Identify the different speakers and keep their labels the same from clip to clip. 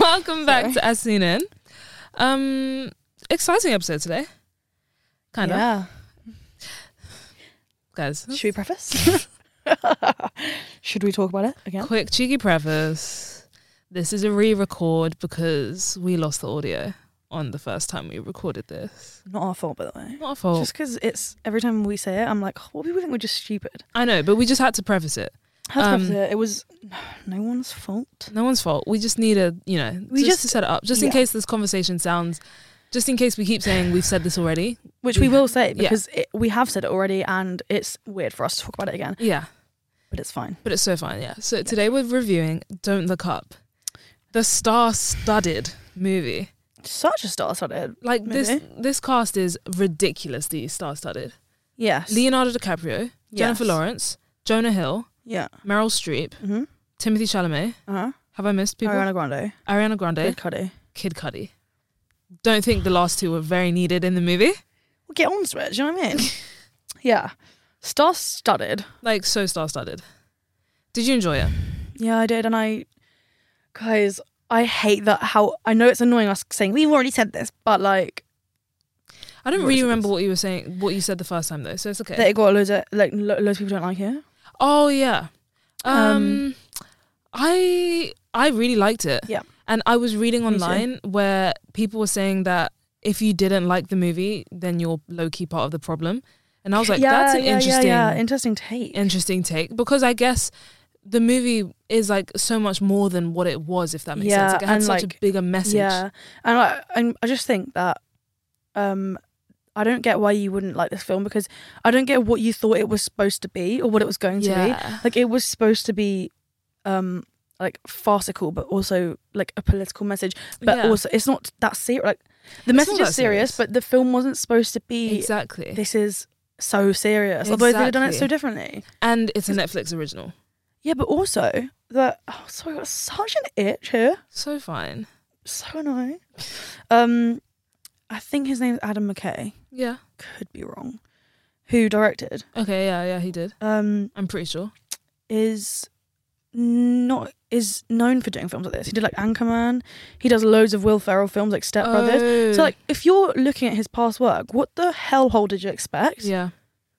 Speaker 1: Welcome back to As Seen In. Um, exciting episode today. Kind of,
Speaker 2: Yeah.
Speaker 1: guys.
Speaker 2: Should we preface? Should we talk about it again?
Speaker 1: Quick cheeky preface. This is a re-record because we lost the audio on the first time we recorded this.
Speaker 2: Not our fault, by the way.
Speaker 1: Not our fault.
Speaker 2: Just because it's every time we say it, I'm like, what people think we're just stupid.
Speaker 1: I know, but we just had to preface it.
Speaker 2: How to
Speaker 1: Um,
Speaker 2: preface it? It was no one's fault.
Speaker 1: No one's fault. We just need a, you know,
Speaker 2: We
Speaker 1: just, to
Speaker 2: just-
Speaker 1: set it up, just in
Speaker 2: yeah.
Speaker 1: case this conversation sounds, just in case we keep saying we've said this already.
Speaker 2: Which
Speaker 1: We-
Speaker 2: we will say
Speaker 1: yeah.
Speaker 2: because it, we have said it already, and it's weird for us to talk about it again.
Speaker 1: Yeah,
Speaker 2: But it's fine.
Speaker 1: but it's so fun. Yeah. So today we're reviewing "Don't Look Up," the star-studded movie.
Speaker 2: Such a star studded.
Speaker 1: Like this,
Speaker 2: Movie.
Speaker 1: this cast is ridiculously star-studded.
Speaker 2: Yes.
Speaker 1: Leonardo DiCaprio, Jennifer
Speaker 2: Yes.
Speaker 1: Lawrence, Jonah Hill,
Speaker 2: Yeah.
Speaker 1: Meryl Streep,
Speaker 2: Mhm.
Speaker 1: Timothy Chalamet.
Speaker 2: Uh huh.
Speaker 1: Have I missed people? Ariana,
Speaker 2: Ariana Grande.
Speaker 1: Grande,
Speaker 2: Big Cuddy.
Speaker 1: Kid Cudi. Don't think the last two were very needed in the movie.
Speaker 2: Well, get on to it. Do you know what I mean? yeah. Star studded.
Speaker 1: Like so star-studded. Did you enjoy it?
Speaker 2: Yeah, I did, and I, guys, I hate that. How I know it's annoying us saying we've already said this, but like
Speaker 1: I don't
Speaker 2: What
Speaker 1: really
Speaker 2: is it?
Speaker 1: remember what you were saying, what you said the first time though, so it's okay.
Speaker 2: that it got loads of like lo- loads of people don't like it.
Speaker 1: oh yeah, um,
Speaker 2: Um,
Speaker 1: I I really liked it.
Speaker 2: Yeah.
Speaker 1: and I was reading
Speaker 2: Me too.
Speaker 1: online where people were saying that if you didn't like the movie, then you're low key part of the problem, and I was like, that's an interesting,
Speaker 2: yeah, yeah. interesting take.
Speaker 1: interesting take because I guess the movie is like so much more than what it was, if that makes
Speaker 2: Yeah,
Speaker 1: sense. Like, it had
Speaker 2: and,
Speaker 1: such a
Speaker 2: like,
Speaker 1: bigger message.
Speaker 2: Yeah, and I, and I just think that, um, I don't get why you wouldn't like this film because I don't get what you thought it was supposed to be or what it was going to be.
Speaker 1: yeah.
Speaker 2: Like it was supposed to be, um, like farcical, but also like a political message. But
Speaker 1: Yeah.
Speaker 2: also, it's not that serious. Like the
Speaker 1: It's
Speaker 2: message
Speaker 1: not
Speaker 2: is serious,
Speaker 1: that serious.
Speaker 2: but the film wasn't supposed to be.
Speaker 1: exactly.
Speaker 2: This is so serious. Although they'd have done it so
Speaker 1: Exactly.
Speaker 2: differently.
Speaker 1: and it's a Netflix original,
Speaker 2: Yeah, but also the oh, sorry, I got such an itch here.
Speaker 1: so fine.
Speaker 2: So annoying. Um, I think his name's Adam McKay.
Speaker 1: Yeah.
Speaker 2: Could be wrong. Who directed?
Speaker 1: Okay. Yeah. Yeah. He did.
Speaker 2: Um,
Speaker 1: I'm pretty sure.
Speaker 2: is not is known for doing films like this. He did like Anchorman. He does loads of Will Ferrell films like Step Brothers.
Speaker 1: Oh.
Speaker 2: So like, if you're looking at his past work, what the hellhole did you expect?
Speaker 1: Oh, yeah,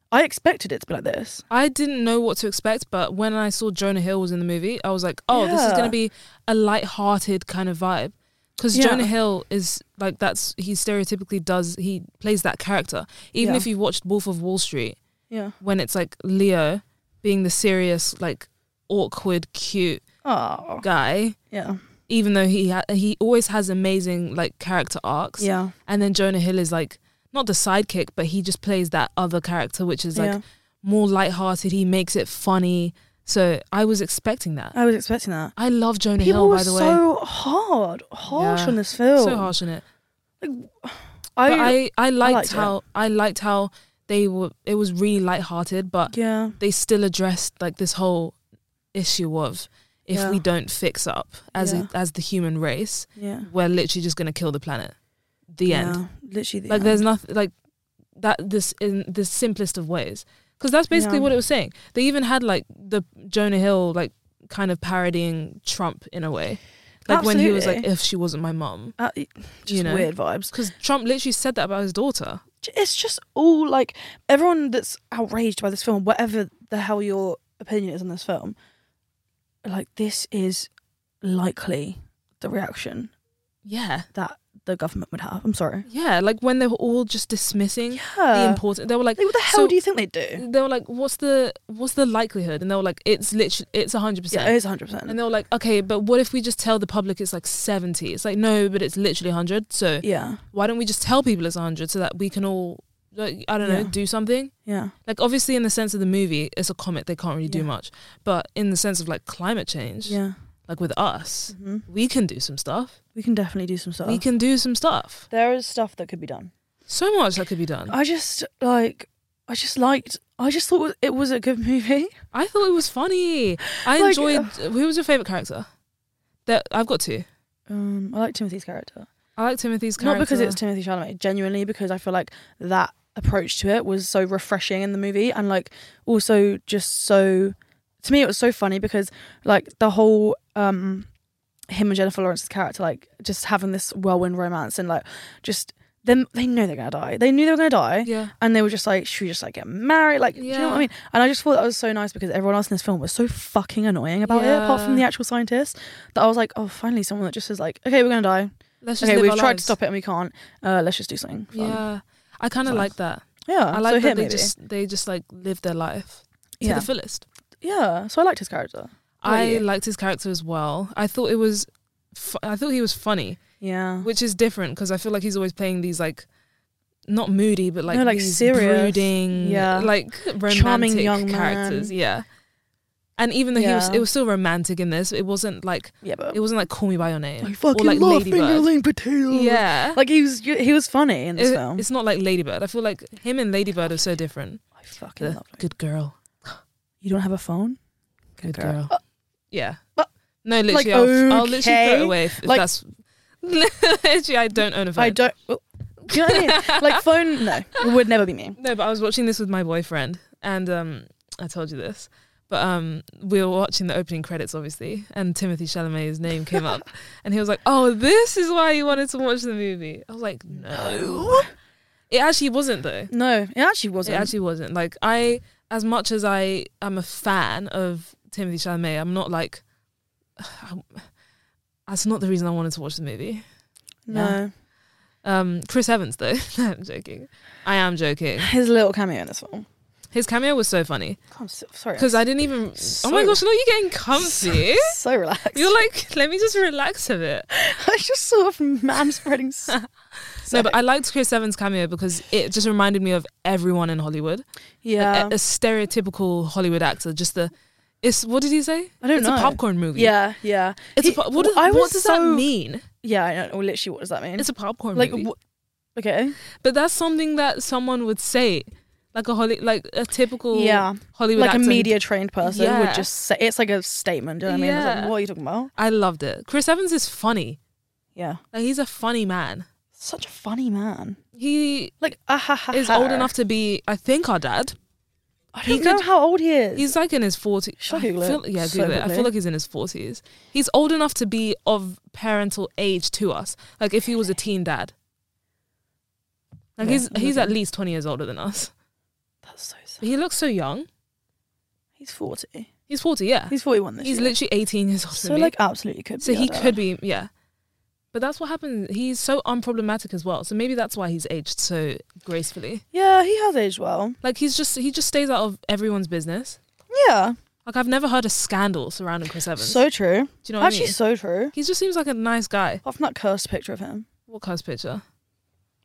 Speaker 2: I expected it to be like this.
Speaker 1: I didn't know what to expect, but when I saw Jonah Hill was in the movie, I was like, oh, this is
Speaker 2: Yeah.
Speaker 1: gonna be a light-hearted kind of vibe. Because
Speaker 2: Yeah.
Speaker 1: Jonah Hill is like that's he stereotypically does he plays that character. Even
Speaker 2: Yeah.
Speaker 1: if you watched Wolf of Wall Street,
Speaker 2: Yeah.
Speaker 1: when it's like Leo being the serious, like awkward, cute
Speaker 2: Oh.
Speaker 1: guy,
Speaker 2: Yeah.
Speaker 1: even though he ha- he always has amazing like character arcs.
Speaker 2: Yeah.
Speaker 1: And then Jonah Hill is like not the sidekick, but he just plays that other character, which is like
Speaker 2: yeah.
Speaker 1: more lighthearted. He makes it funny. So I was expecting that.
Speaker 2: I was expecting that.
Speaker 1: I love Jonah
Speaker 2: Uh, People
Speaker 1: Hill,
Speaker 2: were
Speaker 1: by the way.
Speaker 2: so hard, harsh
Speaker 1: Yeah.
Speaker 2: on this film.
Speaker 1: So harsh on it.
Speaker 2: I,
Speaker 1: But I, I liked,
Speaker 2: liked it.
Speaker 1: how I liked how they were. It was really lighthearted, but
Speaker 2: yeah,
Speaker 1: they still addressed like this whole issue of if
Speaker 2: Yeah.
Speaker 1: we don't fix up as
Speaker 2: Yeah.
Speaker 1: a, as the human race,
Speaker 2: yeah.
Speaker 1: we're literally just gonna kill the planet. The end.
Speaker 2: Yeah, literally. The
Speaker 1: like
Speaker 2: end.
Speaker 1: there's nothing like that this in the simplest of ways because that's basically
Speaker 2: Yeah.
Speaker 1: what it was saying they even had like the jonah hill like kind of parodying trump in a way like when he was like
Speaker 2: Absolutely.
Speaker 1: if she wasn't my mum
Speaker 2: Uh, it- just
Speaker 1: know.
Speaker 2: weird vibes.
Speaker 1: because trump literally said that about his daughter
Speaker 2: J- It's just all like everyone that's outraged by this film, whatever the hell your opinion is on this film, like this is likely the reaction
Speaker 1: yeah
Speaker 2: that the government would have. I'm sorry.
Speaker 1: yeah like when they were all just dismissing the
Speaker 2: Yeah.
Speaker 1: important they were like
Speaker 2: Like, what the hell
Speaker 1: so- Mm,
Speaker 2: do you think they do?
Speaker 1: they were like what's the what's the likelihood and they were like it's literally it's 100%
Speaker 2: Yeah, it is 100. percent
Speaker 1: and they were like okay but what if we just tell the public it's like 70 it's like no but it's literally 100 so
Speaker 2: Yeah,
Speaker 1: why don't we just tell people it's 100 so that we can all like, i don't know
Speaker 2: Yeah.
Speaker 1: do something
Speaker 2: yeah,
Speaker 1: like obviously in the sense of the movie it's a comet they can't really do
Speaker 2: Yeah.
Speaker 1: much but in the sense of like climate change
Speaker 2: yeah.
Speaker 1: like with us,
Speaker 2: hmm
Speaker 1: we can do some stuff.
Speaker 2: We can definitely do some stuff.
Speaker 1: We can do some stuff.
Speaker 2: There is stuff that could be done.
Speaker 1: So much that could be done. I,
Speaker 2: I just like. I just liked. I just thought it was a good movie.
Speaker 1: thought it was funny. I
Speaker 2: Like, uh,
Speaker 1: enjoyed. who was your favorite character? That I've got two.
Speaker 2: Um, I like Timothy's character.
Speaker 1: I like Timothy's character.
Speaker 2: Not because it's Timothy Chalamet, genuinely because I feel like that approach to it was so refreshing in the movie and like also just so to me it was so funny because like the whole um him and Jennifer Lawrence's character like just having this whirlwind romance and like just them they know they're gonna die. They knew they were gonna die.
Speaker 1: yeah.
Speaker 2: And they were just like, should we just like get married? Like, do you know what
Speaker 1: Yeah.
Speaker 2: I mean? And I just thought that was so nice because everyone else in this film was so fucking annoying about it, apart from
Speaker 1: Yeah.
Speaker 2: the actual scientists, that I was like, oh, finally someone that just is like, okay, we're gonna die
Speaker 1: Let's just
Speaker 2: okay,
Speaker 1: live
Speaker 2: we've
Speaker 1: our
Speaker 2: tried to
Speaker 1: lives.
Speaker 2: stop it and we can't. Uh, let's just do something. Fun. Yeah,
Speaker 1: Yeah, I kind of
Speaker 2: Fun.
Speaker 1: like that.
Speaker 2: yeah.
Speaker 1: I like
Speaker 2: so
Speaker 1: that
Speaker 2: him,
Speaker 1: they
Speaker 2: maybe.
Speaker 1: just they just like live their life to
Speaker 2: yeah,
Speaker 1: the fullest.
Speaker 2: yeah. So I liked his character. How about
Speaker 1: I
Speaker 2: you?
Speaker 1: liked his character as well. I thought it was, fu- I thought he was funny,
Speaker 2: Yeah,
Speaker 1: which is different because I feel like he's always playing these like, not moody but like
Speaker 2: No, like,
Speaker 1: these
Speaker 2: serious.
Speaker 1: brooding,
Speaker 2: Yeah.
Speaker 1: like romantic
Speaker 2: Charming young
Speaker 1: characters,
Speaker 2: man.
Speaker 1: yeah. And even though he was,
Speaker 2: Yeah.
Speaker 1: it was still romantic in this. It wasn't like
Speaker 2: yeah, but
Speaker 1: it wasn't like Call Me by Your Name
Speaker 2: I fucking
Speaker 1: like
Speaker 2: love fingerling potatoes.
Speaker 1: Yeah,
Speaker 2: like he was he was funny in this
Speaker 1: It-
Speaker 2: film.
Speaker 1: it's not like Ladybird. I feel like him and Ladybird are so different.
Speaker 2: I fucking
Speaker 1: The
Speaker 2: love it.
Speaker 1: good girl.
Speaker 2: You don't have a phone?
Speaker 1: Good
Speaker 2: girl.
Speaker 1: girl.
Speaker 2: Uh,
Speaker 1: yeah.
Speaker 2: but-
Speaker 1: no, literally,
Speaker 2: like,
Speaker 1: I'll, I'll literally throw it
Speaker 2: okay.
Speaker 1: away if, if
Speaker 2: Like-
Speaker 1: that's. literally, I don't own a phone.
Speaker 2: I don't. well, do you know what I mean? like phone? No, it would never be me.
Speaker 1: No, but I was watching this with my boyfriend, and um, I told you this. But um, we were watching the opening credits, obviously, and Timothy Chalamet's name came up, and he was like, "Oh, this is why you wanted to watch the movie." I was like, "No, it actually wasn't though.
Speaker 2: No, it actually wasn't.
Speaker 1: It actually wasn't. Like I, as much as I am a fan of Timothy Chalamet, I'm not like. that's not the reason I wanted to watch the movie.
Speaker 2: no,
Speaker 1: Um, Chris Evans, though. I'm joking. I am joking.
Speaker 2: his little cameo in this film.
Speaker 1: His cameo was so funny
Speaker 2: God, I'm so, sorry,
Speaker 1: because I didn't even. oh my
Speaker 2: So-
Speaker 1: gosh! Look, you're getting comfy.
Speaker 2: so relaxed.
Speaker 1: You're like, let me just relax a bit.
Speaker 2: I just sort of man spreading. s-
Speaker 1: No, but I liked Chris Evans' cameo because it just reminded me of everyone in Hollywood.
Speaker 2: yeah,
Speaker 1: Like, a, a stereotypical Hollywood actor. Just the, it's what did he say?
Speaker 2: I don't
Speaker 1: it's
Speaker 2: know.
Speaker 1: a popcorn movie.
Speaker 2: yeah, yeah.
Speaker 1: It's
Speaker 2: He-
Speaker 1: a pop- what, does-
Speaker 2: I
Speaker 1: what
Speaker 2: was
Speaker 1: does
Speaker 2: so-
Speaker 1: that mean?
Speaker 2: Yeah, I know. Well, literally, what does that mean?
Speaker 1: It's a popcorn
Speaker 2: like,
Speaker 1: movie.
Speaker 2: what okay,
Speaker 1: but that's something that someone would say, like a Holly, like a typical
Speaker 2: yeah,
Speaker 1: Hollywood
Speaker 2: like a
Speaker 1: actor.
Speaker 2: media trained person
Speaker 1: Yeah.
Speaker 2: would just say it's like a statement. Do you know what I mean? It's
Speaker 1: Yeah.
Speaker 2: like, what are you talking about?
Speaker 1: I loved it. Chris Evans is funny.
Speaker 2: Yeah,
Speaker 1: Like he's a funny man.
Speaker 2: such a funny man.
Speaker 1: He
Speaker 2: Like, ah ha ha.
Speaker 1: is
Speaker 2: ha.
Speaker 1: old enough to be, I think, our dad.
Speaker 2: I
Speaker 1: he
Speaker 2: don't know
Speaker 1: could-
Speaker 2: how old he is.
Speaker 1: He's like in his forties.
Speaker 2: Should I Google it?
Speaker 1: Yeah,
Speaker 2: So
Speaker 1: Google it. I
Speaker 2: quickly.
Speaker 1: feel like he's in his forties. He's old enough to be of parental age to us. Like if he was a teen dad. Like
Speaker 2: Yeah,
Speaker 1: he's
Speaker 2: I'm
Speaker 1: he's at
Speaker 2: looking.
Speaker 1: least twenty years older than us.
Speaker 2: That's so sad.
Speaker 1: He looks so young.
Speaker 2: He's forty.
Speaker 1: He's forty. Yeah.
Speaker 2: He's forty-one this
Speaker 1: He's
Speaker 2: year.
Speaker 1: literally 18 years old.
Speaker 2: so like absolutely could.
Speaker 1: so
Speaker 2: be
Speaker 1: he
Speaker 2: our dad.
Speaker 1: could be, yeah. But that's what happens. He's so unproblematic as well. So maybe that's why he's aged so gracefully.
Speaker 2: Yeah, he has aged well.
Speaker 1: Like he's just he just stays out of everyone's business.
Speaker 2: Yeah,
Speaker 1: Like I've never heard a scandal surrounding Chris Evans.
Speaker 2: so true.
Speaker 1: Do you know what
Speaker 2: Actually,
Speaker 1: I mean?
Speaker 2: so true.
Speaker 1: he just seems like a nice guy.
Speaker 2: Apart from that cursed picture of him.
Speaker 1: What cursed picture?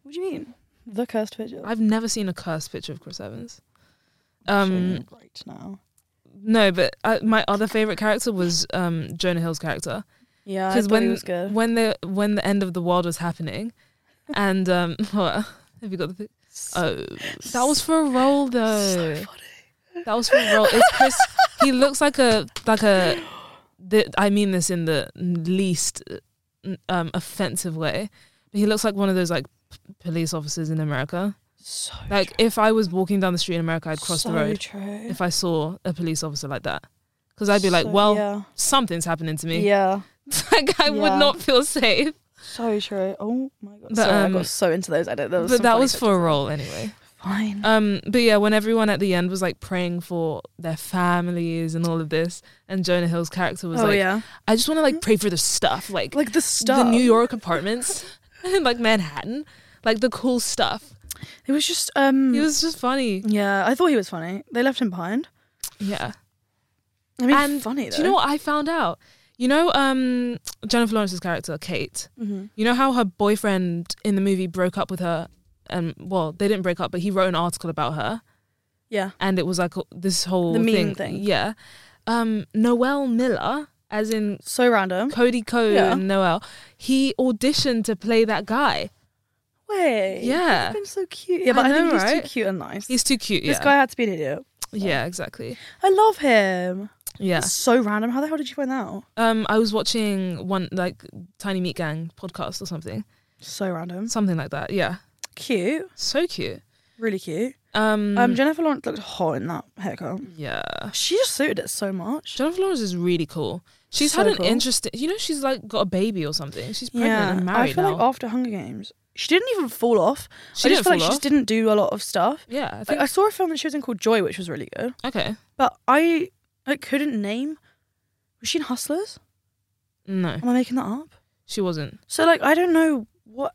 Speaker 2: What do you mean? The cursed picture.
Speaker 1: I've never seen a cursed picture of Chris Evans.
Speaker 2: I'm showing
Speaker 1: Um,
Speaker 2: you right now.
Speaker 1: no, but I, my other favorite character was um, Jonah Hill's character.
Speaker 2: Yeah,
Speaker 1: because
Speaker 2: because
Speaker 1: when
Speaker 2: he was good.
Speaker 1: when the when the end of the world was happening, and um, what, have you got the? pic- Oh, that was for a role though. That was for a role. It's Chris. he looks like a like a. The, I mean this in the least um, offensive way. But he looks like one of those like p- police officers in America.
Speaker 2: so
Speaker 1: Like if I was walking down the street in America, I'd cross
Speaker 2: so
Speaker 1: the road
Speaker 2: True.
Speaker 1: if I saw a police officer like that. Because I'd be like, well,
Speaker 2: yeah,
Speaker 1: something's happening to me.
Speaker 2: yeah,
Speaker 1: like I would
Speaker 2: Yeah.
Speaker 1: not feel safe.
Speaker 2: so true. Oh my god,
Speaker 1: But,
Speaker 2: Sorry,
Speaker 1: um,
Speaker 2: I got so into those. I don't. There was
Speaker 1: but
Speaker 2: some
Speaker 1: that
Speaker 2: funny
Speaker 1: was
Speaker 2: pictures.
Speaker 1: for a role anyway.
Speaker 2: fine.
Speaker 1: Um, but yeah, when everyone at the end was like praying for their families and all of this, and Jonah Hill's character was
Speaker 2: oh
Speaker 1: like,
Speaker 2: yeah,
Speaker 1: I just want to like pray for the stuff, like,
Speaker 2: like the stuff.
Speaker 1: the New York apartments and like Manhattan, like the cool stuff.
Speaker 2: It was just um.
Speaker 1: He was just funny.
Speaker 2: yeah, I thought he was funny. They left him behind.
Speaker 1: Yeah.
Speaker 2: I mean,
Speaker 1: And
Speaker 2: funny though.
Speaker 1: Do you know what I found out? You know, um, Jennifer Lawrence's character, Kate,
Speaker 2: Mhm.
Speaker 1: you know how her boyfriend in the movie broke up with her? And well, they didn't break up, but he wrote an article about her.
Speaker 2: Yeah.
Speaker 1: and it was like this whole
Speaker 2: The meme
Speaker 1: thing.
Speaker 2: thing.
Speaker 1: Yeah. Um, Noelle Miller as in
Speaker 2: So random.
Speaker 1: Cody Code
Speaker 2: Yeah.
Speaker 1: and Noel, he auditioned to play that guy.
Speaker 2: Wait.
Speaker 1: Yeah.
Speaker 2: He's been so cute. Yeah,
Speaker 1: I
Speaker 2: but I,
Speaker 1: know,
Speaker 2: think he's
Speaker 1: right?
Speaker 2: too cute and nice.
Speaker 1: He's too cute.
Speaker 2: This
Speaker 1: yeah.
Speaker 2: guy had to be an idiot.
Speaker 1: Yeah, exactly.
Speaker 2: I love him.
Speaker 1: Yeah.
Speaker 2: It's so random. How the hell did you find that out?
Speaker 1: Um, I was watching one like Tiny Meat Gang podcast or something,
Speaker 2: So random.
Speaker 1: something like that. Yeah,
Speaker 2: Cute.
Speaker 1: so cute.
Speaker 2: Really cute.
Speaker 1: Um,
Speaker 2: Um, Jennifer Lawrence looked hot in that haircut.
Speaker 1: yeah,
Speaker 2: She just suited it so much.
Speaker 1: Jennifer Lawrence is really cool. She's
Speaker 2: So
Speaker 1: had an
Speaker 2: cool.
Speaker 1: interesting. You know, she's like got a baby or something. She's pregnant and married
Speaker 2: I feel
Speaker 1: now.
Speaker 2: like after Hunger Games, she didn't even fall off.
Speaker 1: She
Speaker 2: I
Speaker 1: didn't
Speaker 2: just feel
Speaker 1: fall
Speaker 2: like she
Speaker 1: off.
Speaker 2: just didn't do a lot of stuff.
Speaker 1: yeah, I
Speaker 2: Like,
Speaker 1: think
Speaker 2: I saw a film that she was in called Joy, which was really good.
Speaker 1: okay.
Speaker 2: But I I couldn't name. Was she in Hustlers?
Speaker 1: No,
Speaker 2: Am I making that up?
Speaker 1: she wasn't.
Speaker 2: So like I don't know what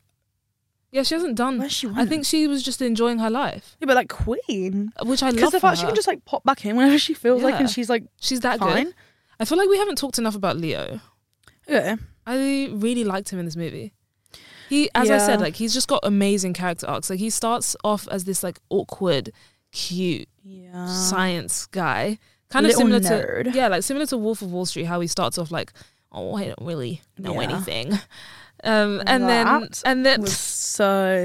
Speaker 1: Yeah, she hasn't done.
Speaker 2: where she went.
Speaker 1: Mm. I think she was just enjoying her life, uh,
Speaker 2: yeah, but like Queen.
Speaker 1: which I love.
Speaker 2: Because the
Speaker 1: for
Speaker 2: fact she
Speaker 1: her.
Speaker 2: can just like pop back in whenever she feels like,
Speaker 1: Yeah.
Speaker 2: and she's like
Speaker 1: she's that
Speaker 2: fine.
Speaker 1: good. I feel like we haven't talked enough about Leo.
Speaker 2: Okay.
Speaker 1: I really liked him in this movie. He, as I said,
Speaker 2: Yeah.
Speaker 1: like he's just got amazing character arcs. Like he starts off as this like awkward, cute
Speaker 2: Yeah.
Speaker 1: science guy, kind of
Speaker 2: Uh.
Speaker 1: similar
Speaker 2: Little
Speaker 1: to
Speaker 2: nerd.
Speaker 1: yeah, like similar to Wolf of Wall Street. How he starts off like, oh, I don't really know
Speaker 2: Yeah.
Speaker 1: anything, um, and then
Speaker 2: That
Speaker 1: and then
Speaker 2: was so,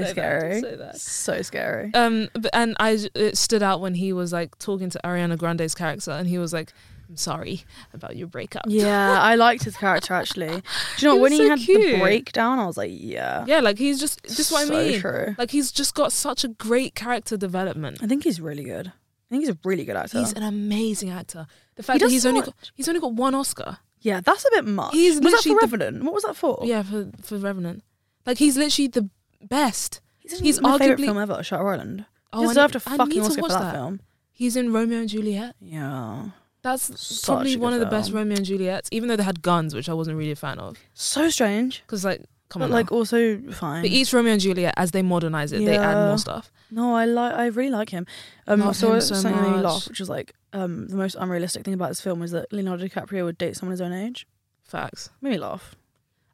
Speaker 1: So bad,
Speaker 2: scary.
Speaker 1: so bad.
Speaker 2: so scary.
Speaker 1: um, but, and I j- it stood out when he was like talking to Ariana Grande's character, and he was like, "I'm sorry about your breakup."
Speaker 2: Yeah, I liked his character actually. Do you know
Speaker 1: He
Speaker 2: what, when
Speaker 1: was
Speaker 2: he
Speaker 1: so
Speaker 2: had
Speaker 1: cute.
Speaker 2: the breakdown? I was like, yeah,
Speaker 1: yeah, like he's just just what
Speaker 2: so
Speaker 1: I mean.
Speaker 2: True.
Speaker 1: Like he's just got such a great character development.
Speaker 2: I think he's really good. I think he's a really good actor.
Speaker 1: He's an amazing actor. The fact that
Speaker 2: does
Speaker 1: he's
Speaker 2: so
Speaker 1: only
Speaker 2: much.
Speaker 1: got, he's only got one Oscar.
Speaker 2: yeah, that's a bit much.
Speaker 1: He's
Speaker 2: was that for
Speaker 1: literally the-
Speaker 2: Revenant? What was that for?
Speaker 1: Yeah, for for Revenant. Like he's literally the best.
Speaker 2: he's,
Speaker 1: he's
Speaker 2: my favorite
Speaker 1: arguably-
Speaker 2: film ever, Shutter Island.
Speaker 1: Oh, I
Speaker 2: he
Speaker 1: need-
Speaker 2: deserved
Speaker 1: I
Speaker 2: a
Speaker 1: need
Speaker 2: fucking
Speaker 1: to
Speaker 2: Oscar for
Speaker 1: watch
Speaker 2: that,
Speaker 1: that.
Speaker 2: film.
Speaker 1: He's in Romeo and Juliet.
Speaker 2: Yeah,
Speaker 1: That's
Speaker 2: Such
Speaker 1: probably
Speaker 2: a good
Speaker 1: one of the best
Speaker 2: film.
Speaker 1: Romeo and Juliets, even though they had guns, which I wasn't really a fan of.
Speaker 2: so strange,
Speaker 1: Because like, come
Speaker 2: but
Speaker 1: on,
Speaker 2: like
Speaker 1: like,
Speaker 2: also fine.
Speaker 1: but each Romeo and Juliet, as they modernize it, they add
Speaker 2: Yeah.
Speaker 1: more stuff.
Speaker 2: No, I like. I really like him. Um, I
Speaker 1: Love
Speaker 2: saw
Speaker 1: him so
Speaker 2: something that made me
Speaker 1: much.
Speaker 2: laugh, which was like um, the most unrealistic thing about this film was that Leonardo DiCaprio would date someone his own age.
Speaker 1: Facts,
Speaker 2: Made me laugh.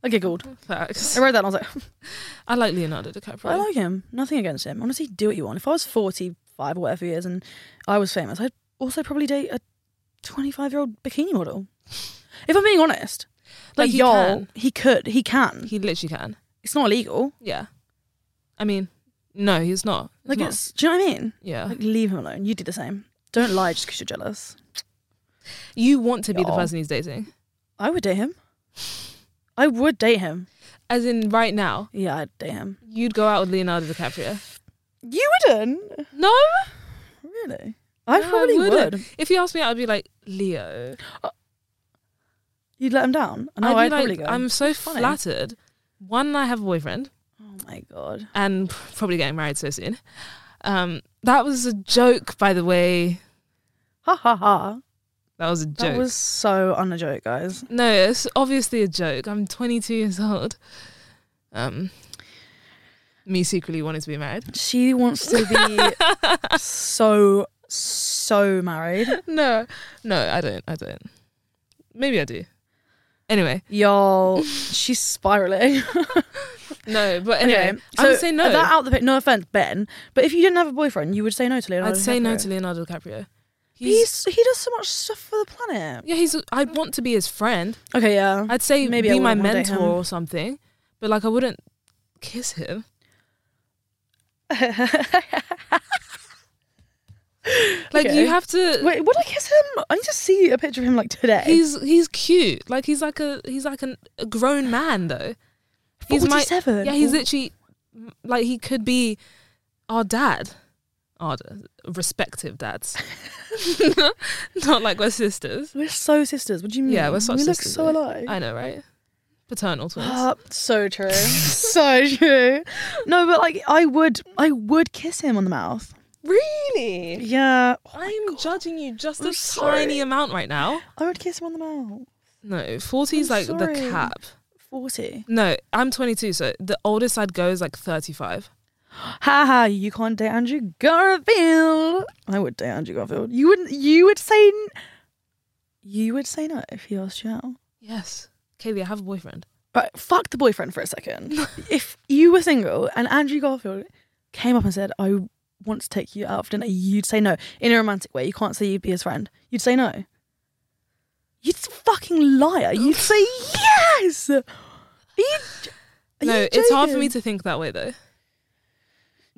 Speaker 2: I giggled.
Speaker 1: facts.
Speaker 2: I read that and I was like,
Speaker 1: I like Leonardo
Speaker 2: but I
Speaker 1: DiCaprio.
Speaker 2: like him. Nothing against him. Honestly, do what you want. If I was forty-five or whatever he is, and I was famous, I'd also probably date a twenty-five-year-old bikini model. If I'm being honest,
Speaker 1: Like,
Speaker 2: like,
Speaker 1: he
Speaker 2: y'all,
Speaker 1: can.
Speaker 2: he could, he can.
Speaker 1: He literally can.
Speaker 2: It's not illegal.
Speaker 1: Yeah, I mean, no, he's not. It's
Speaker 2: Like,
Speaker 1: not.
Speaker 2: it's. Do you know what I mean?
Speaker 1: yeah.
Speaker 2: Like, leave him alone. You do the same. Don't lie just because you're jealous.
Speaker 1: You want to be the
Speaker 2: Y'all.
Speaker 1: person he's dating,
Speaker 2: I would date him. I would date him.
Speaker 1: as in right now.
Speaker 2: Yeah, I'd date him.
Speaker 1: You'd go out with Leonardo DiCaprio.
Speaker 2: You wouldn't?
Speaker 1: No,
Speaker 2: Really? I
Speaker 1: No, I
Speaker 2: probably
Speaker 1: wouldn't.
Speaker 2: would.
Speaker 1: if you asked me, I'd be like Leo.
Speaker 2: You'd let him down. No,
Speaker 1: I'd
Speaker 2: I'd,
Speaker 1: be
Speaker 2: probably
Speaker 1: like,
Speaker 2: go.
Speaker 1: I'm so
Speaker 2: fine.
Speaker 1: flattered. One, I have a boyfriend,
Speaker 2: Oh my god.
Speaker 1: and probably getting married so soon. Um, that was a joke, by the way.
Speaker 2: Ha ha ha.
Speaker 1: That was a joke.
Speaker 2: That was so on a joke, guys.
Speaker 1: No, it's obviously a joke. I'm 22 years old. Um, me secretly wanting to be married.
Speaker 2: She wants to be so so married.
Speaker 1: No, no, I don't. I don't. Maybe I do. Anyway,
Speaker 2: Y'all, she's spiraling.
Speaker 1: no. But anyway, I would say no.
Speaker 2: That out the pic- no offense, Ben, but if you didn't have a boyfriend, you would say no to Leonardo.
Speaker 1: I'd say no
Speaker 2: DiCaprio.
Speaker 1: to Leonardo DiCaprio. He's,
Speaker 2: He's, he does so much stuff for the planet.
Speaker 1: yeah, he's. I'd want to be his friend.
Speaker 2: Okay, yeah.
Speaker 1: I'd say Maybe
Speaker 2: Maybe
Speaker 1: be
Speaker 2: I
Speaker 1: my
Speaker 2: wouldn't wanna date
Speaker 1: mentor
Speaker 2: him.
Speaker 1: or something, but like I wouldn't kiss him. Like
Speaker 2: Okay.
Speaker 1: you have to.
Speaker 2: Wait, would I kiss him? I need to see a picture of him like today.
Speaker 1: He's he's cute. Like he's like a he's like an, a grown man though. He's my
Speaker 2: 47.
Speaker 1: yeah. He's literally like he could be our dad, our d- respective dads. Not like we're sisters.
Speaker 2: We're so sisters. What do you mean?
Speaker 1: Yeah, we're such
Speaker 2: we look
Speaker 1: sisters,
Speaker 2: so
Speaker 1: though.
Speaker 2: alike.
Speaker 1: I know, right? Paternal twins.
Speaker 2: Ah, so true. so true. No, but like I would I would kiss him on the mouth.
Speaker 1: really?
Speaker 2: Yeah.
Speaker 1: I'm judging you just
Speaker 2: Oh I'm
Speaker 1: a
Speaker 2: sorry.
Speaker 1: tiny amount right now.
Speaker 2: I would kiss him on the mouth.
Speaker 1: No, 40 is
Speaker 2: I'm
Speaker 1: like the
Speaker 2: sorry.
Speaker 1: cap.
Speaker 2: 40.
Speaker 1: No, I'm 22, so the oldest I'd go is like 35.
Speaker 2: Haha, you can't date Andrew Garfield. I would date Andrew Garfield. You wouldn't you would say n- you would say no if he asked you out.
Speaker 1: Yes. Kaylee, I have a boyfriend.
Speaker 2: Right, fuck the boyfriend for a second. if you were single and Andrew Garfield came up and said, I want to take you out for dinner, you'd say no. In a romantic way. You can't say you'd be his friend. You'd say no. You'd fucking liar. You'd say yes. Are you, j- are
Speaker 1: no,
Speaker 2: you
Speaker 1: it's hard for
Speaker 2: joking?
Speaker 1: me to think that way though,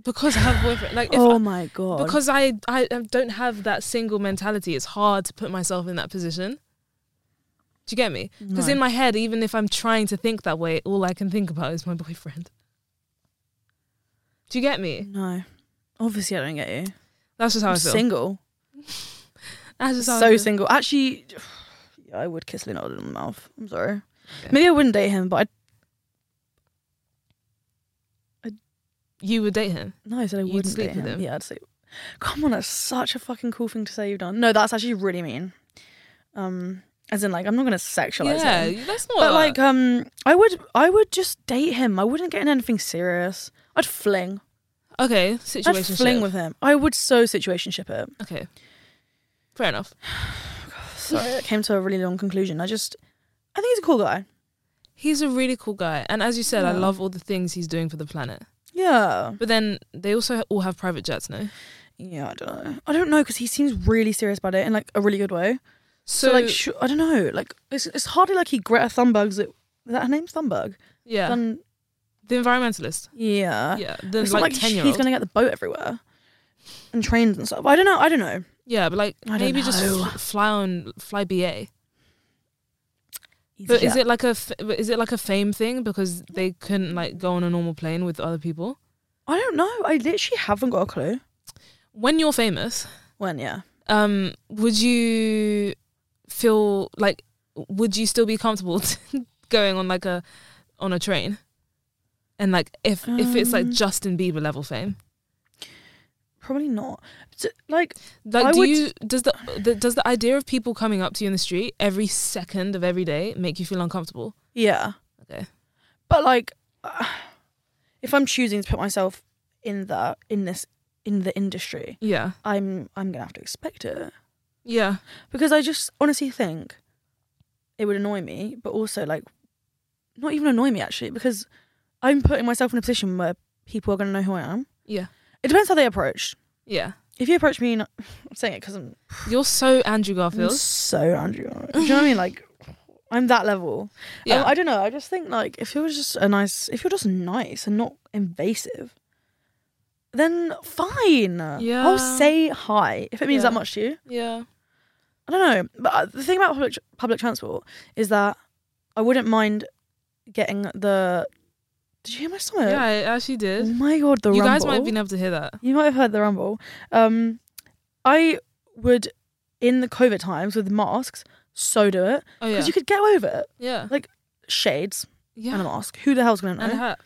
Speaker 1: because I have boyfriend. Like, if
Speaker 2: oh
Speaker 1: I-
Speaker 2: my god.
Speaker 1: because I, I I don't have that single mentality, it's hard to put myself in that position. Do you get me? Because
Speaker 2: No.
Speaker 1: in my head, even if I'm trying to think that way, all I can think about is my boyfriend. Do you get me?
Speaker 2: no, obviously I don't get you.
Speaker 1: That's just how i
Speaker 2: I'm
Speaker 1: feel.
Speaker 2: single,
Speaker 1: That's just how I
Speaker 2: so
Speaker 1: feel.
Speaker 2: single. Actually, yeah, I would kiss Lena Odin in the mouth. I'm sorry.
Speaker 1: Okay.
Speaker 2: Maybe I wouldn't date him, but I
Speaker 1: You would date him.
Speaker 2: no, I said I
Speaker 1: You'd
Speaker 2: wouldn't
Speaker 1: sleep
Speaker 2: date
Speaker 1: with
Speaker 2: him.
Speaker 1: him.
Speaker 2: Yeah, I'd say. Come on, that's such a fucking cool thing to say you've done. No, that's actually really mean. Um, as in, like, I'm not gonna sexualize
Speaker 1: yeah,
Speaker 2: him.
Speaker 1: that's not.
Speaker 2: But like, um, I would, I would just date him. I wouldn't get in anything serious. I'd fling.
Speaker 1: okay,
Speaker 2: I'd
Speaker 1: situation.
Speaker 2: fling with him. I would so situationship it.
Speaker 1: Okay, fair enough.
Speaker 2: Sorry, that came to a really long conclusion. I just, I think he's a cool guy.
Speaker 1: He's a really cool guy, and as you said, I
Speaker 2: Yeah.
Speaker 1: love all the things he's doing for the planet.
Speaker 2: Yeah.
Speaker 1: But then they also all have private jets, no?
Speaker 2: Yeah, I don't know. I don't know because he seems really serious about it in like a really good way. So, like, sh- I don't know. Like, it's it's hardly like he Greta Thunberg's. It, is that her name? Thunberg.
Speaker 1: yeah,
Speaker 2: Dun-
Speaker 1: the environmentalist.
Speaker 2: yeah.
Speaker 1: Yeah, the
Speaker 2: It's not
Speaker 1: like,
Speaker 2: like
Speaker 1: ten
Speaker 2: he's
Speaker 1: year old.
Speaker 2: gonna get the boat everywhere, and trains and stuff. I don't know. I don't know.
Speaker 1: Yeah, but like
Speaker 2: I don't
Speaker 1: maybe just
Speaker 2: know.
Speaker 1: f- fly on fly BA. But is it like a f- but is it like a fame thing because they couldn't like go on a normal plane with other people?
Speaker 2: I don't know. I literally haven't got a clue.
Speaker 1: When you're famous,
Speaker 2: When? Yeah.
Speaker 1: um, would you feel like would you still be comfortable going on like a on a train? And like if if it's like
Speaker 2: Um,
Speaker 1: Justin Bieber level fame,
Speaker 2: Probably not. So, like,
Speaker 1: like
Speaker 2: I
Speaker 1: do
Speaker 2: would-
Speaker 1: you does the, the does the idea of people coming up to you in the street every second of every day make you feel uncomfortable?
Speaker 2: yeah.
Speaker 1: Okay.
Speaker 2: But like, if I'm choosing to put myself in the in this in the industry,
Speaker 1: Yeah,
Speaker 2: I'm I'm gonna have to expect it.
Speaker 1: yeah,
Speaker 2: because I just honestly think it would annoy me, but also like not even annoy me actually because I'm putting myself in a position where people are going to know who I am.
Speaker 1: yeah,
Speaker 2: It depends how they approach.
Speaker 1: yeah.
Speaker 2: If you approach me, and I'm saying it because I'm,
Speaker 1: You're so Andrew
Speaker 2: I'm
Speaker 1: Garfield.
Speaker 2: so Andrew. Garfield. Do you know what I mean? Like I'm that level.
Speaker 1: Yeah.
Speaker 2: Um, I don't know. I just think like if it was just a nice, if you're just nice and not invasive, then fine. I'll
Speaker 1: Yeah.
Speaker 2: say hi if it means
Speaker 1: Yeah.
Speaker 2: that much to you.
Speaker 1: yeah.
Speaker 2: I don't know. But uh, the thing about public public transport is that I wouldn't mind getting the. Did you hear my stomach?
Speaker 1: Yeah, I actually
Speaker 2: Oh
Speaker 1: did.
Speaker 2: my god, the
Speaker 1: you
Speaker 2: rumble.
Speaker 1: guys might have been able to hear that.
Speaker 2: You might have heard the rumble. Um, I would in the COVID times with masks, so do it
Speaker 1: Oh yeah.
Speaker 2: because you could get away with it.
Speaker 1: yeah.
Speaker 2: Shades and a
Speaker 1: Yeah.
Speaker 2: mask. Who the hell's gonna know?
Speaker 1: And how,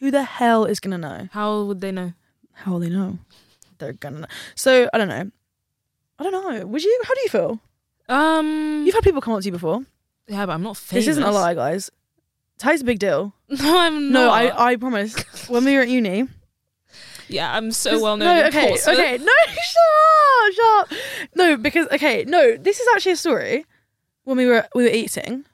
Speaker 2: Who the hell is gonna know?
Speaker 1: how would they know?
Speaker 2: How will they know? They're gonna. Know. So I don't know. I don't know. Would you? How do you feel?
Speaker 1: Mm. Um
Speaker 2: You've had people come up to you before.
Speaker 1: Yeah, but I'm not famous.
Speaker 2: This isn't a lie, guys. Ty's a big deal.
Speaker 1: No, I'm not.
Speaker 2: No, I, I promise. when we were at uni.
Speaker 1: Yeah, I'm so
Speaker 2: 'cause-
Speaker 1: well known.
Speaker 2: No,
Speaker 1: in
Speaker 2: okay,
Speaker 1: Portsmouth.
Speaker 2: okay. No, shut up, shut up. No, because, okay, no, this is actually a story when we were we were eating.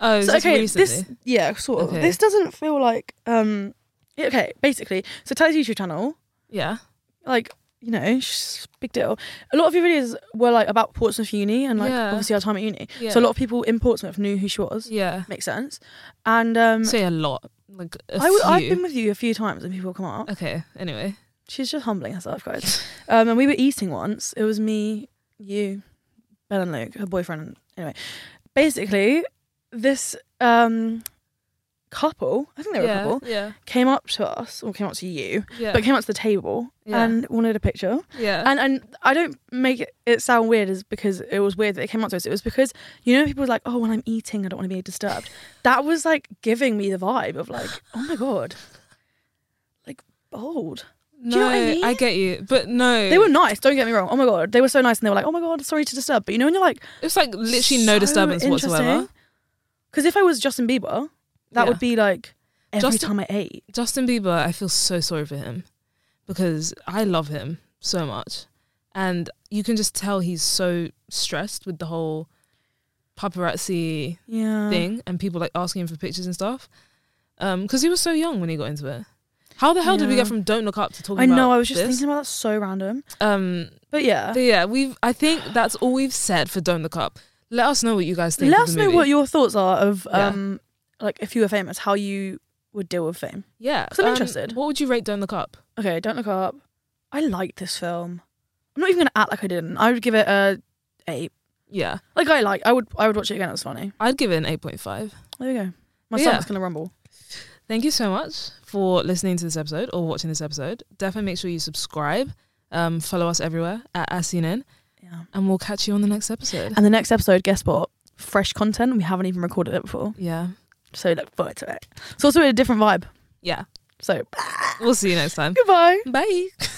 Speaker 1: Oh, is
Speaker 2: So,
Speaker 1: this
Speaker 2: okay,
Speaker 1: recently?
Speaker 2: this, yeah, sort of.
Speaker 1: Okay.
Speaker 2: This doesn't feel like, um, yeah, okay, basically. So Ty's YouTube channel,
Speaker 1: Yeah.
Speaker 2: like, you know, she's a big deal. A lot of your videos were like about Portsmouth Uni and like
Speaker 1: Yeah.
Speaker 2: obviously our time at uni.
Speaker 1: Yeah.
Speaker 2: So a lot of people in Portsmouth knew who she was.
Speaker 1: Yeah.
Speaker 2: Makes sense. And um,
Speaker 1: Say a lot. Like a
Speaker 2: I w- I've
Speaker 1: few. Uh,
Speaker 2: been with you a few times and people come up.
Speaker 1: Okay, anyway.
Speaker 2: She's just humbling herself, guys. Um, and we were eating once. It was me, you, Ben, and Luke, her boyfriend. Anyway, basically, this um, couple, I think they were a
Speaker 1: Yeah.
Speaker 2: couple,
Speaker 1: Yeah.
Speaker 2: came up to us, or came up to you,
Speaker 1: Yeah.
Speaker 2: but came up to the table
Speaker 1: Yeah.
Speaker 2: and wanted a picture.
Speaker 1: yeah.
Speaker 2: And and I don't make it, it sound weird is because it was weird that they came up to us. It was because you know people were like, oh, when I'm eating, I don't want to be disturbed. That was like giving me the vibe of like, oh my god, like bold.
Speaker 1: no,
Speaker 2: you know what I mean?
Speaker 1: get you. But no.
Speaker 2: They were nice. Don't get me wrong. Oh my god, they were so nice, and they were like, oh my god, sorry to disturb. But you know when you're like,
Speaker 1: It's like literally no disturbance whatsoever.
Speaker 2: Because if I was Justin Bieber,
Speaker 1: Yeah.
Speaker 2: that would be like every
Speaker 1: Justin-
Speaker 2: time I ate.
Speaker 1: Justin Bieber, I feel so sorry for him because I love him so much. And you can just tell he's so stressed with the whole paparazzi
Speaker 2: Yeah.
Speaker 1: thing and people like asking him for pictures and stuff. Um, because he was so young when he got into it. How the hell did we
Speaker 2: Yeah.
Speaker 1: get from Don't Look Up to talking
Speaker 2: I
Speaker 1: about
Speaker 2: know. I was just
Speaker 1: this?
Speaker 2: thinking Uh. about that. So random.
Speaker 1: Um,
Speaker 2: But yeah.
Speaker 1: but yeah, we've I think that's all we've said for Don't Look Up. Let us know what you guys think.
Speaker 2: Let
Speaker 1: of
Speaker 2: us
Speaker 1: the
Speaker 2: know
Speaker 1: movie.
Speaker 2: what your thoughts are of
Speaker 1: Yeah.
Speaker 2: um like if you were famous, how you would deal with fame.
Speaker 1: Yeah, um,
Speaker 2: 'Cause I'm interested.
Speaker 1: What would you rate Don't Look Up?
Speaker 2: Okay, don't look up. I like this film. I'm not even gonna act like I didn't. I would give it a eight.
Speaker 1: Yeah,
Speaker 2: Like I like. I would. I would watch it again. It was funny.
Speaker 1: I'd give it an eight point five.
Speaker 2: There you go. My
Speaker 1: Yeah.
Speaker 2: stomach's gonna rumble.
Speaker 1: Thank you so much for listening to this episode or watching this episode. Definitely make sure you subscribe. Um, follow us everywhere at ASCNN,
Speaker 2: Yeah.
Speaker 1: and we'll catch you on the next episode.
Speaker 2: And the next episode, guess what? Fresh content. We haven't even recorded it before,
Speaker 1: Yeah,
Speaker 2: so look forward to it. It's also a different vibe.
Speaker 1: yeah.
Speaker 2: So
Speaker 1: We'll see you next time.
Speaker 2: goodbye.
Speaker 1: Bye.